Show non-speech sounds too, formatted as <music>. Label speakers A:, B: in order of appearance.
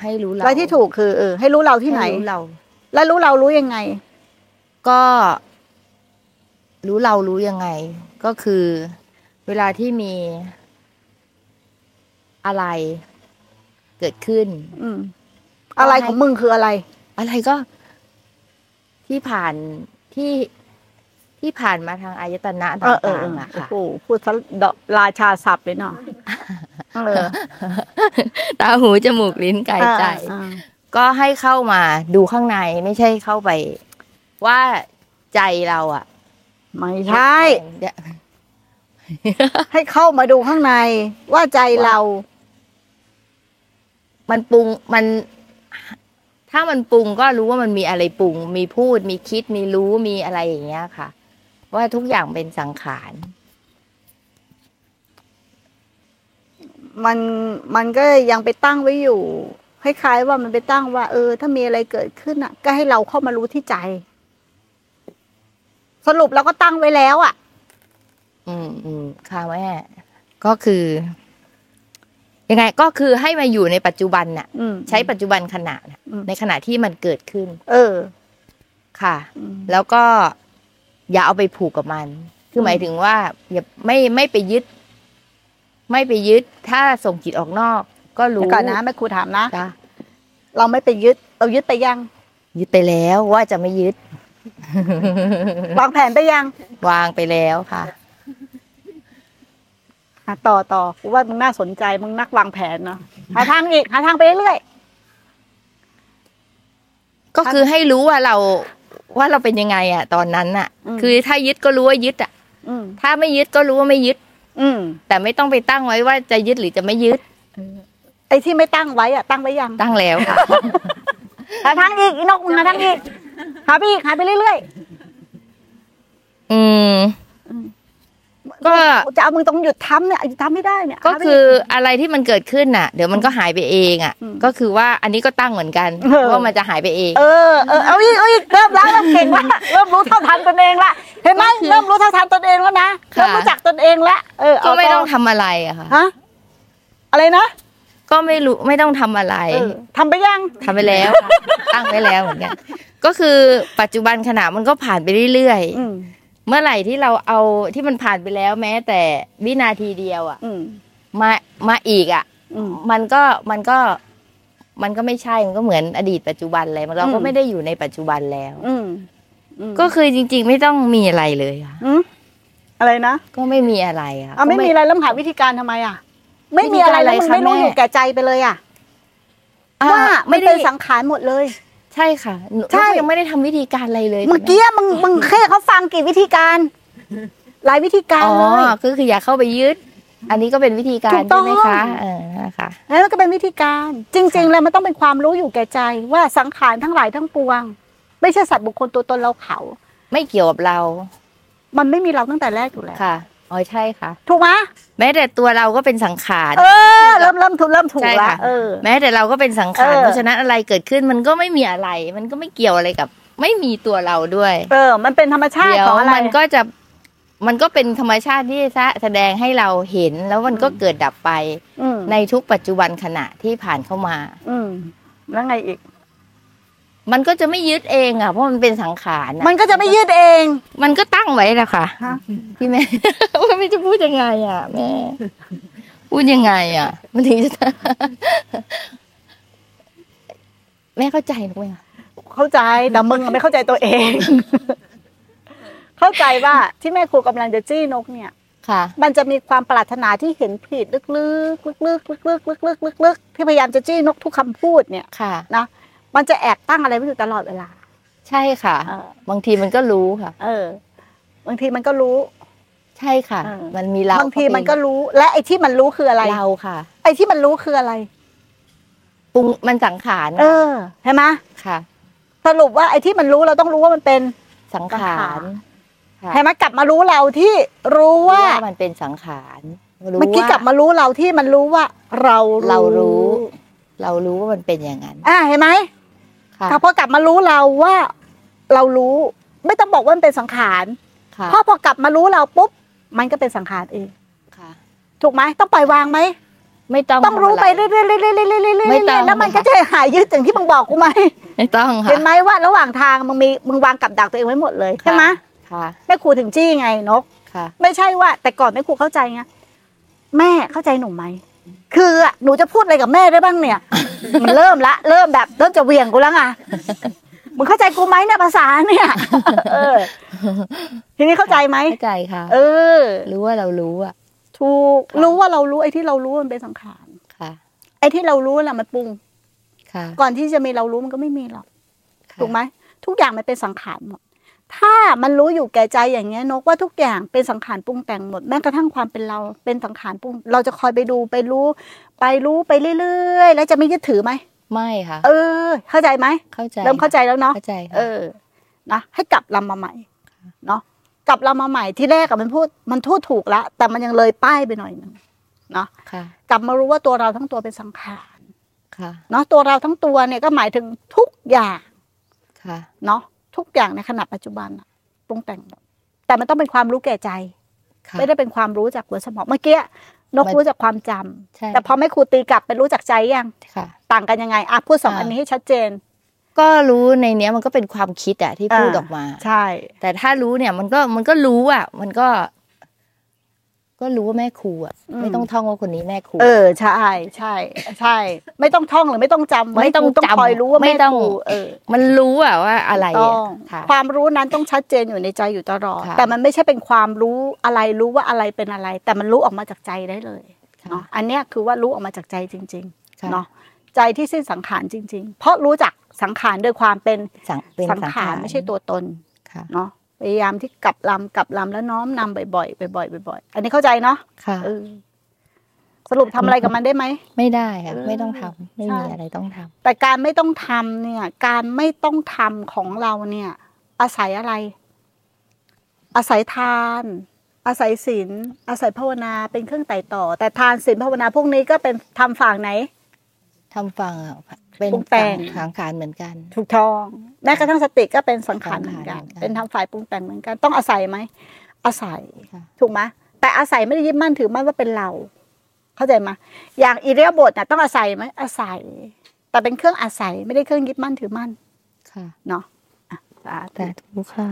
A: ให้รู้เรา
B: รายที่ถูกคือเออให้รู้เราที่ไหน
A: ใรู้เรา
B: แล้วรู้เรารู้ยังไง
A: ก็ รู้เรารู้ยังไง ก็คือ เวลาที่มีอะไร เกิดขึ้น
B: อืม อะไรของมึงคืออะไร
A: อะไรก็ ที่ผ่านที่ที่ผ่านมาทางอายตนะ
B: เออเออ
A: ต่า
B: เอง
A: ๆ
B: อ
A: อะ
B: โอ้
A: ค่ะ
B: โหพูดซะดอกราชาศัพท์เลยเนาะเออ
A: ตาหูจมูกลิ้นกายใจ
B: อ่า
A: ก็ให้เข้ามาดูข้างในไม่ใช่เข้าไป ว่าใจเราอะ
B: ไม่ใช่
A: เดี๋ยว
B: ให้เข้ามาดูข้างใน ว่าใจเรา
A: มันปรุงมัน ถ้ามันปรุงก็รู้ว่ามันมีอะไรปรุง มีพูดมีคิดมีรู้มีอะไรอย่างเงี้ยค่ะ ว่าทุกอย่างเป็นสังขาร
B: มันมันก็ยังไปตั้งไว้อยู่คล้ายๆว่ามันไปตั้งว่า เออ ถ้ามีอะไรเกิดขึ้นอ่ะ ก็ให้เราเข้ามารู้ที่ใจ สรุปเราก็ตั้งไว้แล้วอ่ะ
A: อืมอืมค่ะแม่ก็คือ ยังไงก็คือให้มาอยู่ในปัจจุบันน่ะ
B: อืม
A: ใช้ปัจจุบันขณะน่ะ
B: อืม
A: ในขณะที่มันเกิดขึ้น
B: เออ
A: ค่ะ
B: อืม
A: แล้วก็อย่าเอาไปผูกกับมัน คือ
B: ม
A: หมายถึงว่า อย่าไม่ไม่ไปยึด ไม่ไปยึด ถ้าส่งจิตออกนอก ก็
B: เดี๋ย
A: รู้
B: วก่อนนะแม่ครูถามนะ
A: จ้ะ
B: เราไม่ไปยึด เรายึดไปยัง
A: ยึดไปแล้วว่าจะไม่ยึด
B: วางแผนไปยัง
A: วางไปแล้วค่ะ
B: อ่ะต่อต่อกูว่ามึงน่าสนใจมึงนักวางแผนเนาะหาทางอีกหาทางไปเรื่อย
A: ก็คือให้รู้ว่าเราว่าเราเป็นยังไงอะตอนนั้นอะ
B: อืม
A: คือถ้ายึดก็รู้ว่ายึดอะ
B: อืม
A: ถ้าไม่ยึดก็รู้ว่าไม่ยึด
B: อืม
A: แต่ไม่ต้องไปตั้งไว้ว่าจะยึดหรือจะไม่ยึด
B: ไอ้ที่ไม่ตั้งไว้อ่ะตั้งไว้ยัง
A: ตั้งแล้ว
B: <laughs>
A: ค่ะ
B: หาทางอีกอีนกมึงหาทางอีกหาไปอีกหาไปเรื่อย
A: อืม ก็
B: ๆกูจะเอามึงตรงหยุดทำเนี่ยหยุดทำไม่ได้เนี่ย
A: ก็
B: หาไป
A: คืออะไรที่มันเกิดขึ้นน่ะ เดี๋ยวมันก็หายไปเองอ่ะ
B: อืม
A: ก็คือว่าอันนี้ก็ตั้งเหมือนกัน
B: เออ
A: ว่ามันจะหายไปเอง
B: เออเออเอาอีกเอาอีกเริ่มแล้วเริ่มเก่งละเริ่มรู้เท่าทันตนเองละเห็นไหมเริ่มรู้เท่าทันตนเองแล้วนะ
A: ค่ะ
B: เริ่มรู้จักตนเองละเออ
A: ก็
B: เา
A: ไม่ต้องทำอะไรอะค่ะ
B: ฮะอะไรนะ
A: ก็ไม่รู้ไม่ต้องทำอะไร
B: เออทำไปยัง
A: ทำไป
B: <laughs>
A: แล้ว ตั้งไว้แล้วเหมือนกัน ก็คือปัจจุบันขณะมันก็ผ่านไปเรื่อย
B: อืม
A: ๆ เมื่อไหร่ที่เราเอาที่มันผ่านไปแล้วแม้ แต่วินาทีเดียวอ่ะ
B: อืม
A: มามาอีกอ่ะ
B: อืม
A: มันก็มันก็มันก็ไม่ใช่ มันก็เหมือนอดีตปัจจุบันเลยเราก็
B: อืม
A: ไม่ได้อยู่ในปัจจุบันแล้ว
B: อืมอืม
A: ก็คือจริง ๆ ไม่ต้องมีอะไรเลยค่ะ
B: อืมอะไรนะ
A: ก็ไม่มีอะไรค่ะ
B: เอาไม่
A: ก็
B: มีอะไรแล้วหาวิธีการทำไมอ่ะ ไม่มีอะไรแล้วมึงไม่รู้อยู่แก่ใจไปเลยอ่ะ
A: อ่
B: ว่าไม่
A: ไม่
B: เป็
A: ได้
B: นสังขารหมดเลย
A: ใช่ค่ะหนู
B: ใช่
A: แล้วก็ยังไม่ได้ทำวิธีการอะไรเลย
B: เมื่อกี้มึงมึงแค่เขาฟังกี่วิธีการ หลายวิธีการ
A: อ๋อ
B: เลย
A: ก็คืออยากเข้าไปยึด อันนี้ก็เป็นวิธีการ
B: ถูกต้
A: ใช่
B: อง
A: ไหมคะเออนะคะ
B: แล้วก็เป็นวิธีการ จริง ๆ แล้วมันต้องเป็นความรู้อยู่แก่ใจ ว่าสังขารทั้งหลายทั้งปวง ไม่ใช่สัตว์บุคคลตัวตนเราเขา
A: ไม่เกี่ยวกับเรา
B: มันไม่มีเราตั้งแต่แรกอยู่แล้ว
A: ค่ะอ๋อใช่ค่ะ
B: ถูกไหม
A: แม้แต่ตัวเราก็เป็นสังขาร
B: เออเริ่มเริ่มถูกเริ่มถูก
A: ใช่
B: ละ
A: ค่ะ
B: เออ
A: แม้แต่เราก็เป็นสังขาร
B: เออ
A: เพราะฉะนั้นอะไรเกิดขึ้นมันก็ไม่มีอะไร มันก็ไม่เกี่ยวอะไรกับ ไม่มีตัวเราด้วย
B: เออ มันเป็นธรรมชาติ
A: เดี๋ย
B: ข
A: ว
B: องอะไร
A: มันก็จะมันก็เป็นธรรมชาติที่แสดงให้เราเห็นแล้วมันก็
B: อืม
A: เกิดดับไป
B: อืม
A: ในทุกปัจจุบันขณะที่ผ่านเข้ามา
B: อืมแล้วไงอีก
A: มันก็จะไม่ยึดเองอ่ะเพราะมันเป็นสังขารอะ
B: มันก็จะไม่ยืดเอง
A: มันก็ตั้งไว้แหละค่ะ
B: ฮะ
A: พี่แม่ <laughs> ว่าไม่จะพูดยังไงอ่ะแม่พูดยังไงอ่ะ <laughs> มันถึงจะ แม่เข้าใจหนูไหมคะ
B: เข้าใจแต่มึงอะไม่เข้าใจตัวเอง <laughs> เข้าใจว่าที่แม่ครูกำลังจะจี้นกเนี่ย
A: ค่ะ
B: มันจะมีความปรารถนาที่เห็นผิดลึกๆลึกๆลึกๆลึกๆลึกๆที่พยายามจะจี้นกทุกคำพูดเนี่ย
A: ค่ะ
B: มันจะแอบตั้งอะไรไว้อยู่ตลอดเวลา
A: ใช่ค่ะ
B: เออ
A: บางทีมันก็รู้ค่ะ
B: เออ บางทีมันก็รู้
A: ใช่ค่ะ
B: เออ
A: มันมีเรา
B: บางทีมันก็รู้ และไอ้ที่มันรู้คืออะไร
A: เราค่ะ
B: ไอ้ที่มันรู้คืออะไร
A: ปรุงมันสังขาร
B: เออเห็นไหม
A: ค่ะ
B: สรุปว่าไอ้ที่มันรู้เราต้องรู้ว่ามันเป็น
A: สัง
B: สัง
A: ขาร
B: ขาร
A: ค่ะ
B: เห็นไหมกลับมารู้เราที่รู้ว่า
A: รู้มันเป็นสังขารรู้
B: เมื่อกี้
A: ว่
B: กลับมารู้เราที่มันรู้ว่า เรา
A: เรารู้ เรารู้ว่ามันเป็นอย่างนั้น
B: อ่าเห็นไหม
A: ค่ะ
B: พอกลับมารู้เราว่า เรารู้ ไม่ต้องบอกว่ามันเป็นสังขาร
A: ค่ะ
B: เพราะพอกลับมารู้เราปุ๊บมันก็เป็นสังขารเอง
A: ค่ะ
B: ถูกไหมต้องปล่อยวางไหม
A: ไม่ต้อง
B: ต้องรู้
A: ทำะ
B: ไปเรื่อยๆเรื่อยๆเรื่อยๆเรื่อยๆ
A: ไม่ต้อง
B: แล้วมันก็จะหายยืดอย่างที่มึงบอกกูไหม
A: ไม่ต้องค่ะ
B: เห็นไหมว่าระหว่างทางมึงมีมึงวางกับดักตัวเองไว้หมดเลยใช่ไหม
A: ค่ะ
B: แม่ครูถึงจี้ไงนก
A: ค่ะ
B: ไม่ใช่ว่า แต่ก่อนแม่ครูเข้าใจไงแม่เข้าใจหนูไหมคืออะหนูจะพูดอะไรกับแม่ได้บ้างเนี่ย มันเริ่มละเริ่มแบบเริ่มจะเหวี่ยงกูแล้วไงมึงเข้าใจกูไหมเนี่ยภาษาเนี่ยเออ ทีนี้เข้าใจไหม
A: เข้าใจค่ะ
B: เออ
A: รู้ว่าเรารู้อ่ะ
B: ถูก
A: ค่ะ
B: รู้ว่าเรารู้ไอ้ที่เรารู้มันเป็นสังขาร
A: ค่ะ
B: ไอ้ที่เรารู้น่ะมันปรุง
A: ค่ะ
B: ก่อนที่จะมีเรารู้มันก็ไม่มีหรอก
A: ค่ะ
B: ถูกไหมทุกอย่างมันเป็นสังขารหมด ถ้ามันรู้อยู่แก่ใจอย่างเงี้ยนกว่าทุกอย่างเป็นสังขารปรุงแต่งหมดแม้กระทั่งความเป็นเราเป็นสังขารปรุง เราจะคอยไปดูไปรู้ ไปรู้ไปเรื่อยๆ แล้วจะไม่ยึดถือไหม
A: ไม่ค่ะ
B: เออ เข้าใจไหม
A: เข้าใจ
B: เริ่มเข้าใจแล้วเนาะ
A: เข้าใจค่ะ
B: เออ นะ ให้กลับลำมาใหม่ เนาะ กลับลำมาใหม่ที่แรกอะมันพูด มันทูดถูกละ แต่มันยังเลยป้ายไปหน่อยหนึงเนาะ
A: ค่ะ
B: กลับมารู้ว่าตัวเราทั้งตัวเป็นสังขาร
A: ค่ะ
B: เนาะ ตัวเราทั้งตัวเนี่ยก็หมายถึงทุกอย่าง
A: ค่ะ
B: เนาะ ทุกอย่างในขณะปัจจุบันอะปรุงแต่งหมดแต่มันต้องเป็นความรู้แก่ใจ
A: ค่ะ
B: ไม่ได้เป็นความรู้จากหัวสมอง เมื่อกี้ นก
A: มัน
B: รู้จากความจำ
A: ใช่
B: แต่พอไม่ครูตีกลับเป็นรู้จากใจยัง
A: ค่ะ
B: ต่างกันยังไง อ่ะพูดสอง
A: อ่า
B: อันนี้ให้ชัดเจน
A: ก็รู้ในเนี้ยมันก็เป็นความคิดอะที่พูด
B: อ่า
A: ออกมา
B: ใช่
A: แต่ถ้ารู้เนี่ยมันก็มันก็รู้อะมันก็ ก็รู้ว่าแม่ครูอะ
B: อืม
A: ไม่ต้องท่องว่าคนนี้แม่ครู
B: เออใช่ใช่ใช่ ไม่ต้องท่องหรือไม่ต้องจำว้
A: ไม่ต้อง
B: ครูต้อง
A: จำ
B: คอยรู้ว่า
A: ไม่
B: แม่
A: ต้อง
B: ครูเออ
A: มันรู้อะว่าอะไร
B: ต้อ
A: อะ
B: ง
A: ค่ะ
B: ความรู้นั้นต้องชัดเจนอยู่ในใจอยู่ตลอด
A: ค่ะ
B: แต่มันไม่ใช่เป็นความรู้อะไรรู้ว่าอะไรเป็นอะไร แต่มันรู้ออกมาจากใจได้เลย
A: ค่ะ
B: เนาะอันเนี้ยคือว่ารู้ออกมาจากใจจริง
A: ค่
B: ๆเนาะใจที่สิ้นสังขารจริง ๆ เพราะรู้จักสังขารโดยความเป็น
A: สังเป็น
B: สัง
A: สัง
B: ขา
A: ขาร ร
B: ไม่ใช่ตัวตน
A: ค่ะ
B: เนาะพยายามที่กลับลำกลับลำแล้วน้อมนำบ่อยๆบ่อยๆบ่อยๆอันนี้เข้าใจเนาะ
A: ค่ะ
B: เออสรุปทำอะไรกับมันได้ไหม
A: ไม่ได้ค่ะ
B: เออ
A: ไม่ต้องทำไม่
B: ใช่
A: มีอะไรต้องทำ
B: แต่การไม่ต้องทำเนี่ย การไม่ต้องทำของเราเนี่ย อาศัยอะไร อาศัยทาน อาศัยศีลอาศัยภาวนาเป็นเครื่องไต่ต่อ แต่ทานศีลภาวนาพวกนี้ก็เป็นทำฝั่งไหน
A: ทำฟังอะเป็น
B: ปรุงแต่ง
A: สังขารเหมือนกัน
B: ถูกทองแม้กระทั่งสติก็เป็นสังขาร
A: สังขาร
B: เหมือนกัน
A: เหมือนกัน
B: เป็นทำฝ่ายปรุงแต่งเหมือนกัน ต้องอาศัยไหมอาศัย
A: ค่ะ
B: ถูกไหมแต่อาศัยไม่ได้ยึดมั่นถือมั่นว่าเป็นเรา เข้าใจไหมอย่างอิเรียบทน่ะต้องอาศัยไหมอาศัย แต่เป็นเครื่องอาศัยไม่ได้เครื่องยึดมั่นถือมั่น
A: ค่ะ
B: เนาะอ่ะสาธุ
A: แต่ทุกค่ะ